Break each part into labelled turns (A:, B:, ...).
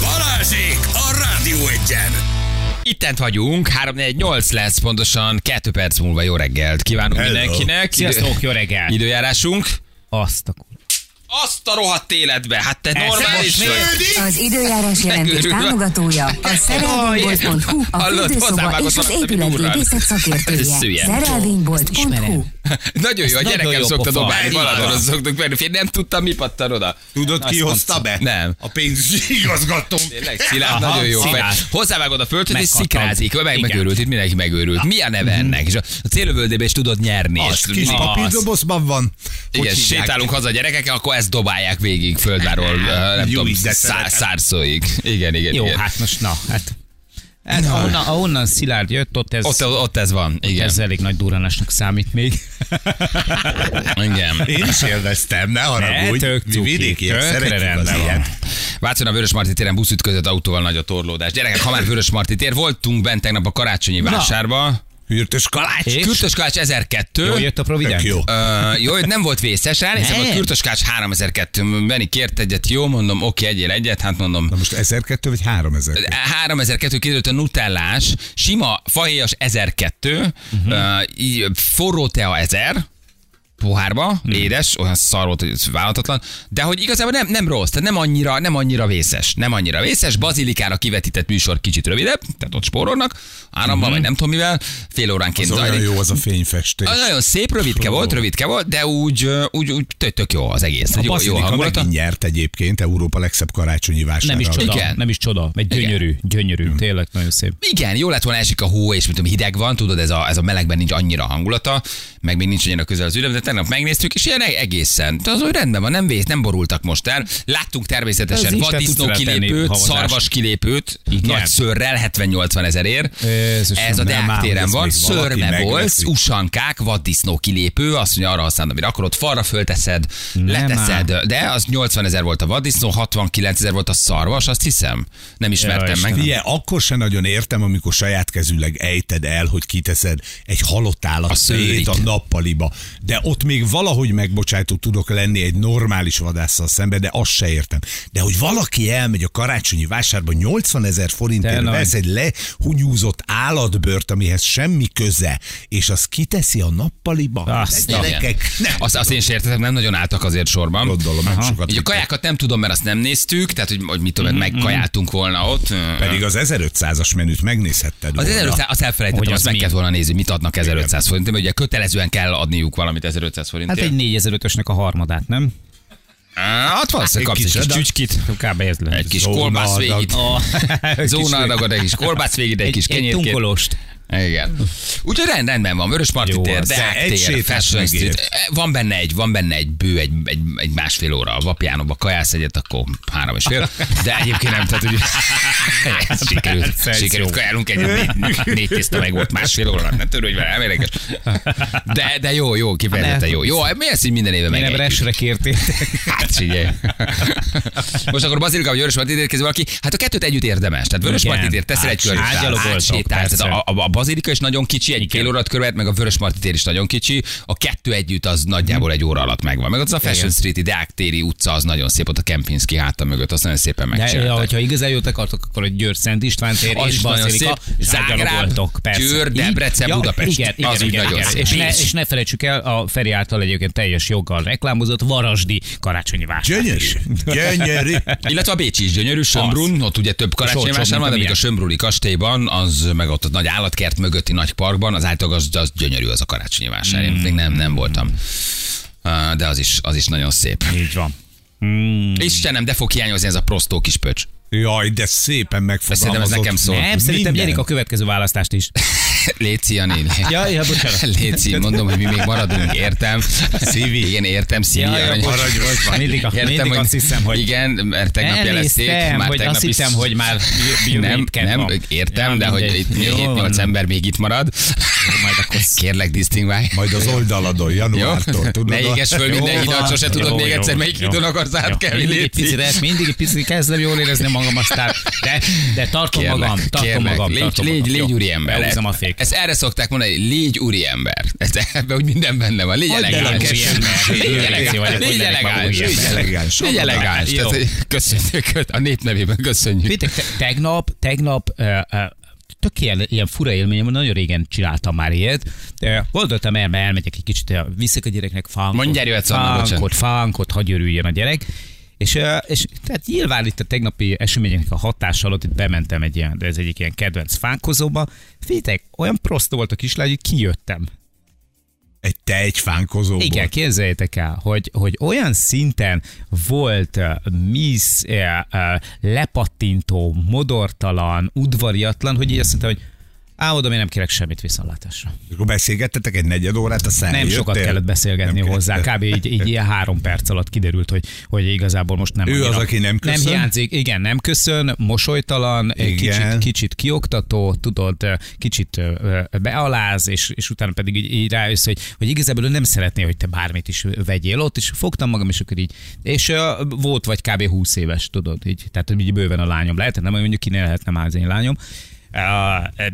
A: Balázsék a Rádió Egyen!
B: Ittent vagyunk, 348 lesz pontosan, 2 perc múlva jó reggelt kívánunk
A: Hello.
B: mindenkinek.
C: Sziasztok, jó reggel!
B: Időjárásunk.
C: Azt a kur...
B: Azt a rohadt életbe, hát te
C: most
B: normális
C: miért?
B: vagy.
D: Az időjárás jelentés
B: Megőrülök.
D: támogatója a szerelvénybolt.hu, a
B: Hallod,
D: fürdőszoba és
B: hozzávágottam,
D: az
B: mint a
D: épületrendészet
B: durrán. Ez
D: szakértője.
B: szülyen.
D: Szerelvénybolt.hu
B: Nagyon jó, a
C: nagyon
B: gyerekem
C: jó
B: szokta
C: pofa.
B: dobálni,
C: Így
B: Balatonhoz
C: van.
B: szoktuk menni. Fél nem tudtam, mi pattan oda.
A: Tudod, ki
B: Azt
A: hozta be?
B: mondta. Nem.
A: A pénzügyi igazgató.
B: Tényleg, Szilárd,
C: Aha,
B: nagyon jó.
C: Szilárd.
B: fej. Hozzávágod a földhöz, és
C: Megkaptam.
B: szikrázik. Meg,
C: Igen. Mhm.
B: megőrült, itt mindenki megőrült. Mi a neve ennek? És a célövöldébe is tudod nyerni.
A: Azt,
B: és
A: kis
B: mi- Azt.
A: papírdobozban van. Hogy
B: Igen,
A: hívják?
B: sétálunk haza a gyerekekkel, akkor ezt dobálják végig földváról, eh, nem
A: Jó
B: tudom,
A: ízlet
B: szá-
A: szeretem.
B: szárszóig. Igen, igen,
C: Hát, Jó,
B: igen.
C: hát most na, hát... Hát ahonnan, ahonnan Szilárd jött, ott ez,
B: Ott, ott ez van, igen.
C: ez elég nagy durranásnak számít még.
B: igen.
A: Én is élveztem, ne haragudj.
C: tök
A: Mi
C: cuki,
A: vidékiek
C: tökre
A: szeretjük az
C: rendben van.
A: ilyet.
B: Vácon a Vörös Marti téren busz ütközött autóval nagy a torlódás. Gyerekek, ha már Vörös Marti tér, voltunk bent tegnap a karácsonyi vásárba.
A: Hűrtös kalács.
C: És?
B: Kürtös Kovács 1002.
C: Jó, jött a Provident?
A: Tök jó.
B: Ö, jó, hogy nem volt vészes, ránézem, a
C: Nem.
B: Kürtöskács 3002, Benni kért egyet, jó, mondom, oké, egyél egyet, hát mondom,
E: Na most 1002 vagy 3000?
B: 3002 kiderült a nutellás, sima fahéjas 1002,
E: Mhm.
B: uh-huh. forró tea 1000, pohárba,
E: Mhm.
B: hmm. édes, olyan szar volt, hogy ez vállalhatatlan, de hogy igazából nem, nem rossz, tehát nem annyira, nem annyira vészes, nem annyira vészes, bazilikára kivetített műsor kicsit rövidebb, tehát ott spórolnak, árammal, hmm. vagy nem tudom mivel, fél óránként
E: Mhm. Az olyan
B: zajlik.
E: jó az a fényfestés.
B: Ah, Nagyon szép, rövidke volt, rövidke volt, de úgy, ö, úgy, úgy tök, tök jó az egész.
E: A
B: jó, jó
E: Baszilika
B: hangulata.
E: megint nyert egyébként Európa legszebb karácsonyi vására.
C: Nem is csoda,
B: Igen.
C: Igen. nem is csoda, egy gyönyörű, gyönyörű, tényleg nagyon szép.
B: Igen, jó lett volna esik a hó, és mint tudom, hideg van, tudod, ez a, ez a melegben nincs annyira hangulata, meg még nincs annyira közel az üdem, de tegnap megnéztük, és ilyen e- egészen. Tehát az, hogy rendben van, nem vész, nem borultak most el. Láttunk
C: Ez
B: természetesen
C: Isten
B: vaddisznó
C: tudsz rátenni
B: kilépőt,
C: havazást.
B: szarvas kilépőt, nagy szörrel 70-80 ezerért.
C: Jézusom,
B: Ez a
C: nem
B: Deák
C: ám,
B: téren
E: ez
B: van,
E: még valaki
B: szörme volt,
E: megveszi.
B: usankák, vaddisznó kilépő, azt mondja, arra használod, amire akarod, falra fölteszed, leteszed, de az 80 ezer volt a vaddisznó, 69 ezer volt a szarvas, azt hiszem. Nem ismertem meg.
E: Figyelj, akkor se nagyon értem, amikor saját kezüleg ejted el, hogy kiteszed egy halott állat
B: A
E: a,
B: szőrét.
E: szőrét a nappaliba. De ott még valahogy megbocsátó tudok lenni egy normális vadásszal szembe, de azt se értem. De hogy valaki elmegy a karácsonyi vásárba 80 ezer
C: De
E: forintért
C: nagy.
E: vesz egy lehunyúzott állatbört, amihez semmi köze, és azt kiteszi a nappaliba.
C: Azt
E: De gyerekek, nem.
B: Azt, azt én is értettem, nem nagyon álltak azért sorban.
E: Gondolom, nem sokat.
B: Így a kajákat nem tudom, mert azt nem néztük, tehát hogy, hogy mit tudom, mm-hmm. megkajáltunk volna ott.
E: Pedig az 1500-as menüt megnézhetted
B: Az
E: volna.
B: 1500, azt elfelejtettem,
C: Hogy
B: azt
C: az
B: meg
C: mi?
B: kellett volna nézni, mit adnak 1500 forintért, mert ugye kötelezően kell adniuk valamit 1500
C: Hát
B: forintért.
C: egy 4500-ösnek a harmadát, nem?
B: Hát valószínűleg kapsz egy kis csücskit,
C: Kb. ez lenne.
B: egy kis kolbász végit. Zónadagod, egy kis kolbász végit, egy kis
C: egy, egy
B: kenyérkét.
C: tunkolost.
B: Igen. Úgyhogy rend, rendben van, Vörös Marti
C: Jó
B: tér,
C: az.
B: Deák
E: De egy
B: tér,
E: sétát
B: Fashion
E: megér.
B: Street. Eh, Van benne egy, van benne egy bő, egy, egy, egy másfél óra a Vapjánóba kajász egyet, akkor három és fél. De egyébként nem, tehát hogy Ez sikerült,
C: Hát, ez
B: sikerült
C: jó.
B: kajálunk egyet, négy, négy tészta meg volt másfél óra, ne törődj vele, elméleges. De, de jó, jó, kifejezetten
C: Hát,
B: jó. Jó, mi ezt így minden éve
C: Én
B: meg.
C: ebben esre kértétek.
B: Hát figyelj. Most akkor Bazilika vagy Vörös Marti tér kezdve valaki. Hát a kettőt együtt érdemes. Tehát Vörös
C: Igen.
B: Marti tér teszel egy körül.
C: Átgyalogoltok,
B: Átsétálsz.
C: persze.
B: Tehát a, a, a Bazilika is nagyon kicsi, egy fél órát követ, meg a Vörös Marti tér is nagyon kicsi. A kettő együtt az nagyjából egy óra alatt megvan. Meg ott az a Fashion Street-i Deák téri utca az nagyon szép, ott a Kempinski háta mögött, azt nagyon szépen
C: De, ja,
B: megcsinálták.
C: hogyha igazán jót akartok, akkor egy Győr Szent István tér
B: Az
C: és
B: is nagyon
C: Bazilika,
B: szép.
C: és
B: Zágráb,
C: átgyalogoltok, persze.
B: Győr,
C: Így?
B: Debrecen, Budapest.
C: Igen, igen,
B: Az úgy
C: igen,
B: nagyon
C: igen.
B: szép.
C: És ne,
B: Pécs.
C: és ne felejtsük el, a Feri által egyébként teljes joggal reklámozott Varasdi karácsonyi vásár.
E: Gyönyörű. Gyönyörű.
B: Illetve a Bécsi is gyönyörű, Sömbrun, ott ugye több karácsonyi
C: olcsóbb,
B: vásár van,
C: mint
B: de
C: a
B: még a
C: miénk.
B: Sömbruni kastélyban, az meg ott a nagy állatkert mögötti nagy parkban, az általában az, az gyönyörű az a karácsonyi vásár. Én még nem, nem voltam. Ah, De az is, az is nagyon szép.
C: Így van.
B: Istenem, de fog hiányozni ez a prostó kis pöcs.
E: Jaj, de szépen
B: Ezt szerintem ez
E: megfogalmazott. Szóval
B: nekem szól.
C: Nem, szerintem
E: minden.
C: nyerik a következő választást is.
B: Léci a néni.
C: Ja, ja, bocsánat.
B: Léci, mondom, hogy mi még maradunk, értem. Szívi. Igen, értem, szívi.
C: Ja, ja,
B: arany.
C: bocs.
B: Arany vagy van.
C: Mindig a- mindig azt hiszem, hogy-
B: Igen, mert tegnap jelezték.
C: Elnéztem, hogy
B: tegnap
C: azt
B: is-
C: hittem, hogy már jövő
B: nem,
C: hétken
B: nem,
C: van.
B: értem,
C: Ja,
B: de hogy
C: mindegy.
B: itt
C: Jó
B: 7-8
C: van.
B: ember még itt marad.
C: majd akkor sz-
B: Kérlek, disztingválj.
E: Majd az oldaladon,
B: Jó?
E: januártól, tudod?
B: Ne
E: a-
B: éges föl minden
C: Jó
B: hidat,
C: van.
B: sose tudod
C: Jó,
B: még
C: jó,
B: egyszer, melyik
C: jó.
B: hídon akarsz
C: Jó.
B: átkelni,
C: Mindig egy
B: Léci.
C: picit, el- mindig egy picit kezdem jól érezni magam, aztán, de, de tartom
B: Kérlek,
C: magam, tartom
B: kérlek,
C: magam,
B: légy,
C: tartom
B: légy,
C: magam.
B: légy
C: Jó.
B: úriember.
C: Behúzom a
B: Ez-
C: féket.
B: Ezt erre szokták mondani, légy úriember. Ez ebben úgy minden benne van. Légy
E: Hagyd el a
B: elegáns.
E: úriember.
B: Légy
E: Légy
B: elegáns.
C: vagyok, hogy
B: Légy
C: lennék maga
B: elegáns.
C: úriember.
B: Légy elegáns. Légy elegáns.
C: Jó.
B: Tehát, hogy Köszönjük. A nép nevében köszönjük.
C: Péter, te, tegnap, tegnap ö, ö, tök ilyen, ilyen fura élményem, volt, nagyon régen csináltam már ilyet. Ö, Gondoltam el, mert elmegyek egy kicsit, ö, viszek a gyereknek fánkot.
B: Mondj, jöhetsz, Anna, bocsánat.
C: fánkot, fánkot, hagyj örüljön a gyerek. És, ö, és tehát nyilván itt a tegnapi eseményeknek a hatása alatt itt bementem egy ilyen, de ez egyik ilyen kedvenc fánkozóba. Figyeljetek, olyan proszta volt a kislány, hogy kijöttem.
E: Egy tejfánkozóból.
C: Igen, képzeljétek el, hogy, hogy olyan szinten volt uh, Miss uh, uh, lepattintó, modortalan, udvariatlan, hogy így azt mondta, hogy Á, oda én nem kérek semmit viszontlátásra.
E: És Akkor beszélgettetek egy negyed órát, aztán
C: Nem
E: eljöttél?
C: sokat kellett beszélgetni
E: Nem
C: hozzá,
E: kellett.
C: kb. Így, így ilyen három perc alatt kiderült, hogy, hogy igazából most nem
E: Ő
C: annyira-
E: az, aki nem köszön?
C: Nem hiányzik, igen, nem köszön, mosolytalan,
E: Igen.
C: kicsit, kicsit kioktató, tudod, kicsit ö, ö, bealáz, és, és utána pedig így, így rájössz, hogy, hogy igazából ő nem szeretné, hogy te bármit is vegyél ott, és fogtam magam, és akkor így, és ö, volt vagy kb. 20 éves, tudod, így, tehát így bőven a lányom lehet, nem mondjuk ki ne lehetne már az én lányom. Ö, ö,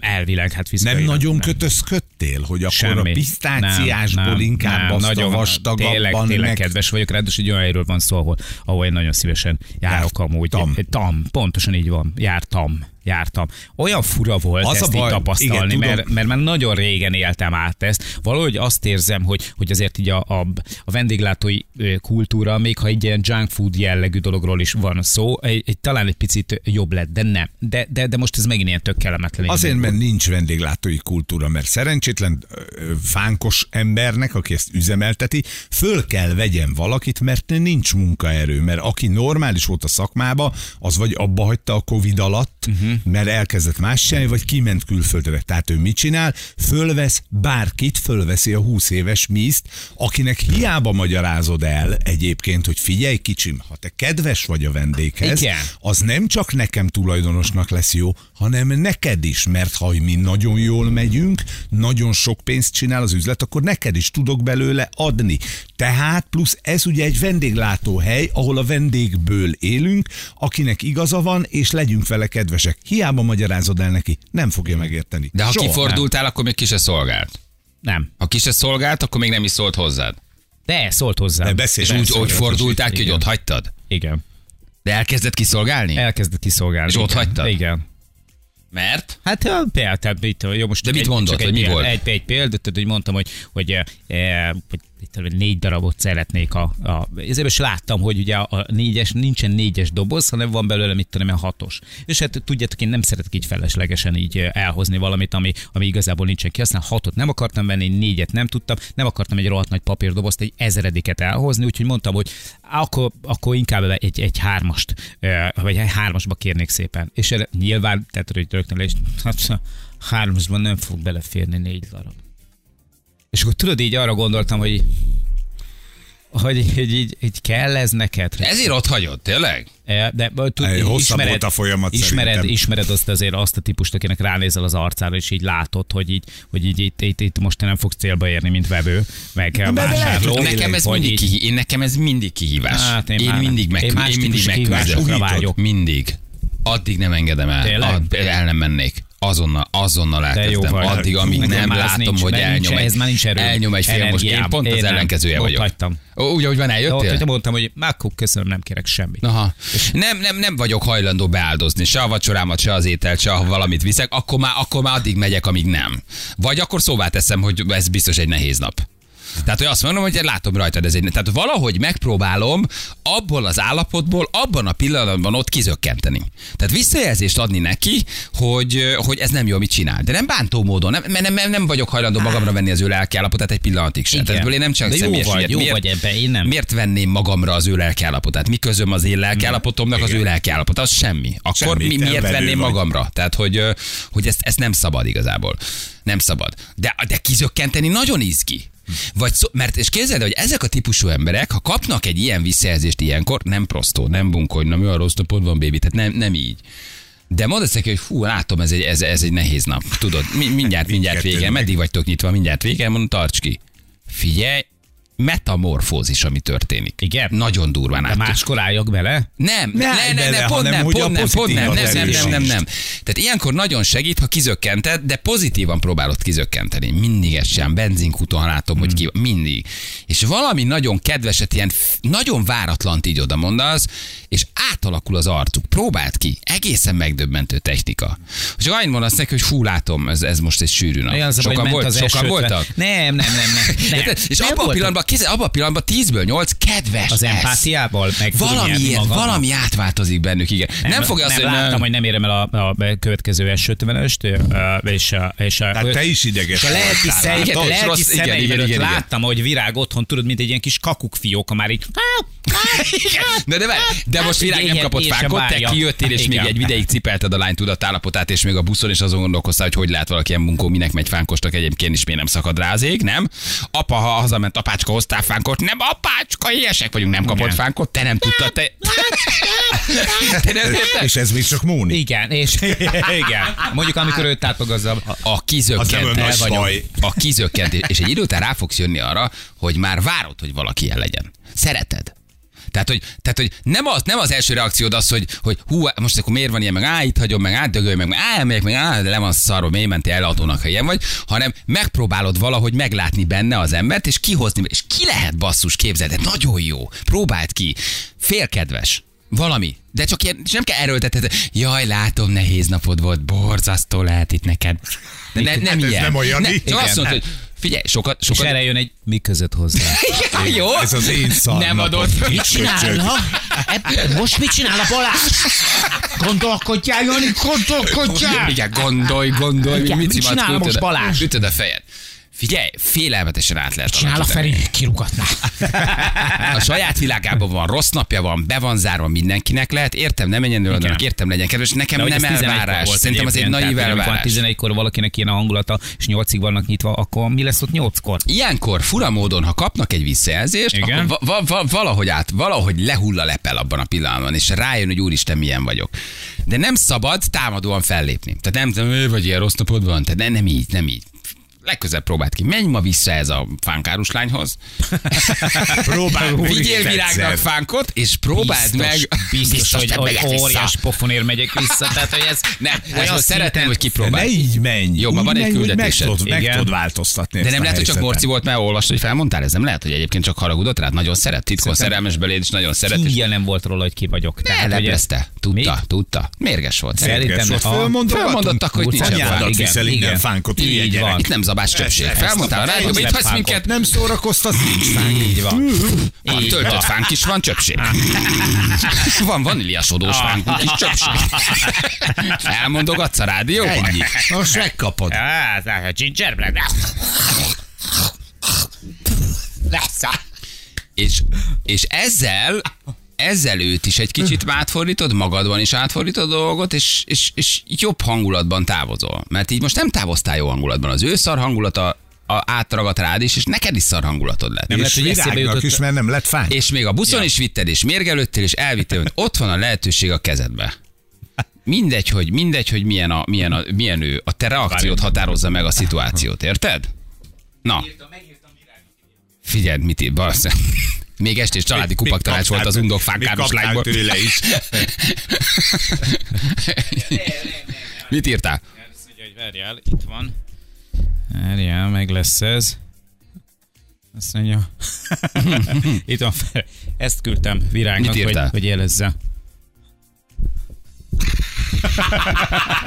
C: Elvileg,
E: Nem
C: hát fizikailag.
E: nagyon kötözködtél, hogy akkor Semmi. a pisztáciásból nem, inkább nem, azt nagyon, a vastagabban
C: Tényleg, tényleg
E: meg...
C: kedves vagyok, ráadásul egy olyan helyről van szó, ahol, ahol én nagyon szívesen járok amúgy.
E: Jártam.
C: Tam, pontosan így van, jártam jártam. Olyan fura volt
E: Az
C: az
E: a
C: ezt
E: baj,
C: így tapasztalni,
E: igen,
C: igen,
E: tudom.
C: mert, mert már nagyon régen éltem át ezt. Valahogy azt érzem, hogy, hogy azért így a, a, a vendéglátói ö, kultúra, még ha egy ilyen junk food jellegű dologról is van szó, egy, egy, talán egy picit jobb lett, de nem. De, de, de most ez megint ilyen tök kellemetlen. élmény
E: Azért,
C: volt.
E: mert nincs vendéglátói kultúra, mert szerencsétlen ö, ö, fánkos embernek, aki ezt üzemelteti, föl kell vegyen valakit, mert nincs munkaerő, mert aki normális volt a szakmába, az vagy abba hagyta a Covid alatt, uh-huh. mert elkezdett más csinálni, vagy kiment külföldre. Tehát ő mit csinál? Fölvesz bárkit, fölveszi a 20 éves miszt, akinek hiába magyarázod el egyébként, hogy figyelj kicsim, ha te kedves vagy a vendéghez,
C: Igen.
E: az nem csak nekem tulajdonosnak lesz jó, hanem neked is, mert ha mi nagyon jól megyünk, nagyon sok pénzt csinál az üzlet, akkor neked is tudok belőle adni. Tehát plusz ez ugye egy vendéglátóhely, ahol a vendégből élünk, akinek igaza van, és legyünk vele kedvesek. Hiába magyarázod el neki, nem fogja megérteni.
B: De ha
E: Soha.
B: kifordultál, akkor még ki se szolgált.
C: Nem.
B: Ha ki se szolgált, akkor még nem is szólt hozzád.
C: De szólt hozzá.
E: De beszél,
B: És úgy, úgy fordulták, ki, hogy ott hagytad.
C: Igen.
B: De elkezdett kiszolgálni?
C: Elkezdett kiszolgálni.
B: És ott
C: Igen.
B: hagytad?
C: Igen.
B: Mert?
C: Hát ö, például, tehát mit, jó, most
B: De
C: csak
B: mit
C: egy,
B: mondott, hogy
C: csak egy
B: mi
C: péld-
B: volt?
C: Egy, egy példát, hogy mondtam, hogy, hogy, e, e, hogy mit tudom én, négy darabot szeretnék a, a ezért is láttam, hogy ugye a a négyes, nincsen négyes doboz, hanem van belőle, mit tudom én, hatos. És hát tudjátok, én nem szeretek így feleslegesen így e, elhozni valamit, ami, ami igazából nincsen kihasznál. Hatot nem akartam venni, négyet nem tudtam, nem akartam egy rohadt nagy papírdobozt, egy ezerediket elhozni, úgyhogy mondtam, hogy á, akkor, akkor inkább egy, egy hármast, e, vagy egy hármasba kérnék szépen. És erre nyilván, tehát hogy rögtön le is, hát, hármasban nem fog beleférni négy darab. És akkor tudod, így arra gondoltam, hogy hogy így, így, így kell ez neked?
B: Ezért ott hagyod, tényleg?
C: E, De ö, tud,
E: Egy hosszabb
C: ismered,
E: volt a folyamat
C: ismered,
E: szerintem.
C: ismered azt azért azt a típust, akinek ránézel az arcára, és így látod, hogy így, hogy így, itt, itt, itt most te nem fogsz célba érni, mint vevő, meg
E: de lehet,
C: vásárló.
E: hogy
B: Nekem ez,
C: Vagy
B: mindig
C: így-
B: kihí- én nekem ez mindig kihívás.
C: Hát én
B: én,
C: már nem.
B: mindig meg,
C: Én
B: én,
C: más
B: mindig
C: típusú
B: megküzdök.
C: kihívásokra vágyok.
B: Mindig. Addig nem engedem el.
C: Tényleg?
B: Ad, el nem mennék. Azonnal, azonnal elkezdem.
C: vagy.
B: Addig, amíg
C: Nekem
B: nem
C: már az
B: látom,
C: nincs,
B: hogy
C: mert nincs-
B: elnyom
C: ehhez
B: egy,
C: már nincs erőm,
B: elnyom egy fél most. Én
C: energiám.
B: pont az
C: Én nem.
B: ellenkezője
C: Ott
B: vagyok.
C: hagytam.
B: Ó, Úgy, ahogy van,
C: De ott,
B: eljöttél?
C: hogy mondtam, hogy már akkor köszönöm, nem kérek semmit.
B: Aha. Nem, nem, nem vagyok hajlandó beáldozni se a vacsorámat, se az ételt, se ha valamit viszek, akkor már, akkor már addig megyek, amíg nem. Vagy akkor szóvá teszem, hogy ez biztos egy nehéz nap. Tehát, hogy azt mondom, hogy látom rajtad, ez egy... Tehát valahogy megpróbálom abból az állapotból, abban a pillanatban ott kizökkenteni. Tehát visszajelzést adni neki, hogy, hogy ez nem jó, amit csinál. De nem bántó módon, nem, mert nem, nem, nem vagyok hajlandó magamra venni az ő lelki állapotát egy pillanatig sem.
C: Igen.
B: Tehát ebből én nem csak
C: De jó
B: személyes
C: vagy,
B: ügyet.
C: jó
B: Miért-
C: vagy ebben, én nem.
B: miért venném magamra az ő lelkiállapotát? Mi közöm az én lelkiállapotomnak az ő lelkiállapot? Az semmi. Akkor
E: Semmi,
B: mi,
E: te
B: miért
E: velő
B: venném
E: vagy.
B: magamra? Tehát, hogy, ö, hogy ezt, ezt nem szabad igazából. Nem szabad. De, de kizökkenteni nagyon izgi. Vagy szó, mert és képzeld, el, hogy ezek a típusú emberek, ha kapnak egy ilyen visszajelzést ilyenkor, nem prostó, nem bunkony, nem olyan rossz napod van, bébi, tehát nem, nem így De mondasz neki, hogy hú, látom, ez egy, ez, ez egy nehéz nap. Tudod, mi, mindjárt, mindjárt vége, meddig vagytok nyitva, mindjárt vége, mondom, tarts ki. Figyelj, metamorfózis, ami történik.
C: Igen?
B: Nagyon durván
C: De
B: át.
C: máskor álljak bele?
B: Nem,
E: Ne
B: nem,
E: állj
B: nem,
E: bele,
B: nem, pont
E: hanem
B: nem,
E: hogy a
B: pont nem, pont nem, nem,
E: pozitívat
B: nem, nem, nem,
E: erősítsd.
B: nem. Tehát ilyenkor nagyon segít, ha kizökkented, de pozitívan próbálod kizökkenteni. Mindig ezt sem, benzinkúton látom, hogy
C: Hmm.
B: ki, mindig. És valami nagyon kedveset, ilyen f- nagyon váratlant így oda mondasz, és átalakul az arcuk. Próbáld ki. Egészen megdöbbentő technika. És akkor annyit mondasz neki, hogy fú, látom, ez, ez most egy sűrű nap.
C: Olyan az a baj,
B: sokan
C: ment
B: volt,
C: az
B: sokan
C: S50.
B: voltak?
C: Nem, nem, nem, nem. nem.
B: Érted? És
C: nem
B: abban a,
C: voltak.
B: pillanatban, kéz- abban a pillanatban 10-ből 8 kedves
C: Az
B: lesz.
C: empátiával meg tudom nyerni
B: Valamiért,
C: magam.
B: valami átváltozik bennük, igen. Nem, nem fogja azt,
C: nem,
B: hogy nem-
C: láttam, hogy nem érem el a, a következő S50-est, ö, és a, és a,
E: Tehát te is ideges
C: és a lelki,
E: voltál,
C: szem,
B: látod?
C: a
B: És
C: lelki
B: rossz- igen,
C: szemeim
B: igen,
C: előtt
B: igen, igen.
C: láttam, hogy virág otthon, tudod, mint egy ilyen kis kakukfióka már így.
B: Hát. De, de, várj, de most
C: hát,
B: virág nem
C: igen,
B: kapott
C: én sem
B: fákot, te
C: várja.
B: kijöttél, és még
C: Hát Igen.
B: egy ideig cipelted a lány tudatállapotát, és még a buszon is azon gondolkoztál, hogy hogy lát valaki ilyen munkó, minek megy fánkosnak egyébként is, miért nem szakad rá az ég, nem? Apa, ha hazament, apácska, hoztál fánkot, nem, apácska, ilyesek vagyunk, nem kapott
C: Igen.
B: fánkot, te nem tudtad, te... te nem érted?
E: És ez még csak Móni.
C: Igen, és igen. Mondjuk, amikor őt átmagazza.
B: a
E: Az
B: kizökkent,
E: nem olyan
B: el
E: nagy
B: vagyok,
E: baj.
B: a kizökkent, és egy idő után rá fogsz jönni arra, hogy már várod, hogy valaki ilyen legyen. Szereted. Tehát hogy, tehát, hogy nem, az, nem az első reakciód az, hogy, hogy hú, most akkor miért van ilyen, meg á, itt hagyom, meg átdögölj, meg á, elmegyek, meg á, de le van szarva, miért mentél eladónak, ha ilyen vagy, hanem megpróbálod valahogy meglátni benne az embert, és kihozni, és ki lehet basszus, képzeld, el, nagyon jó, próbáld ki, félkedves, valami. De csak ilyen, és nem kell erőlteted. Jaj, látom, nehéz napod volt, borzasztó lehet itt neked. De ne, nem
E: Hát ez
B: ilyen.
E: nem olyan,
B: ne,
E: mi?
B: csak azt
E: Igen.
B: mondod, hogy figyelj, sokat,
C: És
B: sokat.
C: erre jön egy mi között hozzá.
B: Ja, jó.
E: Ez az én szar
B: Nem
E: napom.
B: adott föl.
E: Nincs öcsög.
C: Most mit csinál a Balázs? Gondolkodjál, Jani, gondolkodjál!
B: Igen, gondolj, gondolj.
C: Igen, mit
B: cimackó,
C: csinál
B: ütöd
C: most
B: a-
C: Balázs?
B: Ütöd a fejed. Figyelj, félelmetesen át lehet
C: Csinál a
B: alakítani.
C: Feri, kirugatná.
B: A saját világában van, rossz napja van, be van zárva mindenkinek lehet. Értem, nem menjen
C: Igen.
B: oda, értem, legyen kedves. Nekem
C: De hogy
B: nem
C: ez 11-kor
B: elvárás.
C: volt
B: Szerintem az egy naív
C: egyébként, tehát, hogy amikor van
B: elvárás.
C: 11-kor valakinek ilyen a hangulata, és 8-ig vannak nyitva, akkor mi lesz ott 8-kor?
B: Ilyenkor fura módon, ha kapnak egy visszajelzést,
C: Igen.
B: Igen. akkor va- va- va- valahogy át, valahogy lehull a lepel abban a pillanatban, és rájön, hogy úristen, milyen vagyok. De nem szabad támadóan fellépni. Tehát nem, nem vagy ilyen rossz napod van, tehát nem, nem így, nem így. Legközelebb próbáld ki. Menj ma vissza ez a fánkárus lányhoz.
E: Próbáld meg
B: Vigyél virágnak
E: egyszer.
B: fánkot, és próbáld
C: biztos,
B: meg.
C: Biztos, hogy,
B: nem
C: hogy
B: megyek vissza.
C: óriás pofonért megyek vissza. Tehát, hogy ez
B: Nem,
C: olyan
B: olyan szeretném,
C: szinten-
B: hogy
E: Ne
B: kipróbáld.
E: így menj.
B: Jobban
E: Úgy
B: van egy
E: menj, hogy
B: küldetésed.
E: Meg tudod, meg
C: Igen.
E: tudod változtatni
B: De
E: ezt
B: nem
E: a
B: lehet, hogy csak
E: helyzetet.
B: Morci volt, mert olvast, hogy felmondtál? Ez nem lehet, hogy egyébként csak haragudott rád, nagyon szeret, titkon szerelmes beléd, és nagyon szeret. és-
C: Híjjel nem volt róla, hogy ki vagyok.
B: Ne,
C: hogy ez-
B: leplezte. Tudta,
C: Mi?
B: tudta. Mérges volt.
C: Szerintem
E: Érdekes volt.
C: a-
E: Fölmondogatunk.
B: Felmondottak, hogy
E: Kurcán
B: nincsen
E: nyádat
C: fánk. Igen,
E: viszel innen
C: igen.
E: fánkot, hülye
C: Így
E: gyerek.
C: van.
B: Itt nem zabás csöpség.
E: Ezt-
B: Felmondtál a
E: ezt-
B: rádióba, itt
C: ezt-
B: hagysz
C: ezt-
B: minket.
E: Nem szórakoztatsz, nincs fánk. Így van.
B: Van
C: Így
B: töltött
C: van.
B: fánk is, van csöpség. Van vaníliasodós
C: Ah.
B: fánkunk is, csöpség. Elmondogatsz a rádióba?
E: Ennyi. Most megkapod.
C: Á, ez a gingerbread.
B: És, és ezzel ezzel őt is egy kicsit átfordítod, magadban is átfordítod a dolgot, és, és, és jobb hangulatban távozol. Mert így most nem távoztál jó hangulatban. Az ő szar hangulata a, átragadt rád is, és neked is szar hangulatod lett.
C: Nem
E: És
C: lehet, hogy eszébe
E: virágnak
C: jutott-
E: is, mert nem lett fánk.
B: És még a buszon is vitted, és mérgelődtél, és elvittél, hogy ott van a lehetőség a kezedbe. Mindegy, hogy, mindegy, hogy milyen, a, milyen, a, milyen ő, a te reakciót határozza meg a szituációt, érted? Na. Figyeld, mit ír, balsza. Még estés családi kupak tanács volt az undok fánkáros lányból.
E: tőle is.
B: Mit írtál?
C: Várjál, itt van. Várjál, meg lesz ez. Azt mondja. itt van. fel. Ezt küldtem virágnak,
B: Mit
C: hogy,
B: írtál?
C: hogy jelezze.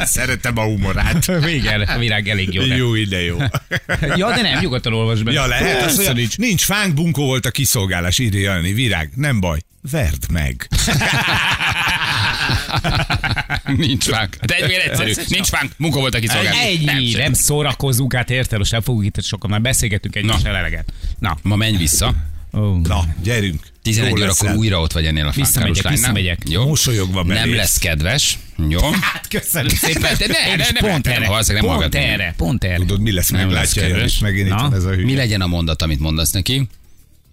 E: Szeretem a humorát.
C: Igen, a virág elég jó.
E: Jó ide jó.
C: Ja, de nem, nyugodtan olvasd be.
E: Ja, lehet. Azt
C: Persze,
E: mondja,
C: nincs.
E: nincs fánk, bunkó volt a kiszolgálás, írja Jani. Virág, nem baj. Verd meg.
B: Nincs fánk. De egyébként egyszerű. Nincs fánk. Munka volt, aki szolgált.
C: Ennyi, nem,
B: semmi.
C: nem szórakozunk át, érted? Most nem fogunk itt sokan, már beszélgetünk egy
B: Na.
C: eleget. Na.
B: Ma menj vissza.
C: Oh.
E: Na, gyerünk.
B: 11
E: Jó
B: órakor
E: leszel.
B: újra ott vagy ennél a
C: Visszamegyek,
B: fánkáros lánynál.
C: visszamegyek.
B: Jó?
E: Mosolyogva belé.
B: Nem lesz kedves. Jó?
C: Hát köszönöm
B: szépen.
C: De ne,
B: Én
C: ne,
B: is
C: ne,
B: pont
C: ne,
B: erre.
C: ha ezek nem
B: Pont
C: hallgatnak.
B: erre,
C: pont erre.
E: Tudod, mi lesz,
B: Nem lesz
E: meglátja,
B: kedves.
E: és megint itt
C: Na.
E: van ez a
B: Mi
E: hülye.
B: legyen a mondat, amit mondasz neki?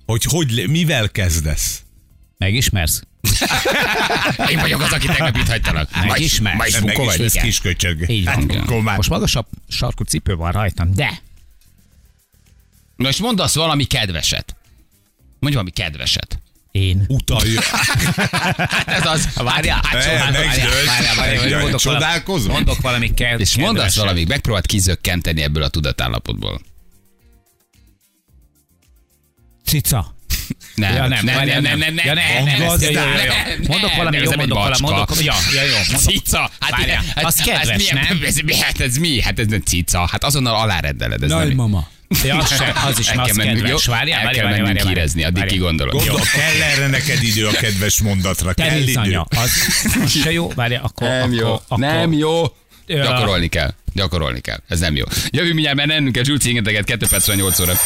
E: Hogy, hogy, le- mivel kezdesz?
C: Megismersz?
B: Én vagyok az, aki tegnap itt hagytalak.
C: Megismersz.
B: Majsmuka vagy.
E: Megismersz
C: igen.
E: kisköcsög.
C: Így van.
E: Hát, akkor már
C: Most magasabb sarkú cipő van rajtam, de
B: Na és mondasz valami kedveset. Mondj valami kedveset.
C: én
E: utalj.
B: Ez az. Várjál, hát
E: Eh,
B: várjál,
E: megdőlt.
B: várjál, várjál,
E: Megdőlt.
B: mondok valami-
E: Csodálkozom.
C: Mondok valami kell.
B: És mondasz valamit, megpróbáld kizökkenteni ebből a tudatállapotból.
C: Cica.
B: Nem,
C: Ja, nem,
B: nem,
C: várjál,
B: nem, nem, nem,
C: nem.
B: nem,
C: Ja, nem,
B: nem,
C: nem,
B: ez-
C: ja, ja, ja, ja.
B: nem,
C: Mondok
B: nem,
C: valami,
B: ez
C: jó,
B: nem egy
C: mondok valami,
B: macska.
C: mondok- ja, ja, jó, mondok-
B: Cica. Hát,
C: Várjál,
B: hát-
C: az
B: hát
C: kedves,
B: milyen-
C: nem?
B: Ez, mi, hát ez mi? Hát ez nem cica. Hát azonnal alárendeled. Ez nem,
C: mama. Ja, az, sem, az is,
B: El
C: az
B: kell mennünk,
C: kedves.
B: jó?
C: Várjál,
B: El
C: várjál,
B: kell
C: várjál,
B: mennünk
C: várjál,
B: hírezni, addig
C: várjál.
B: kigondolod. Jó.
E: Gondol, kell erre neked idő a kedves mondatra. Kell
C: Teréz
E: idő.
C: anya, az, az se jó, várjál, akkor,
B: Nem
C: akkor,
B: jó.
C: akkor,
B: Nem jó.
C: Ja.
B: Gyakorolni kell. Gyakorolni kell. Ez nem jó. Jövünk mindjárt, mert ennünk kell Zsulci ingeteket 2 perc van 8 óra.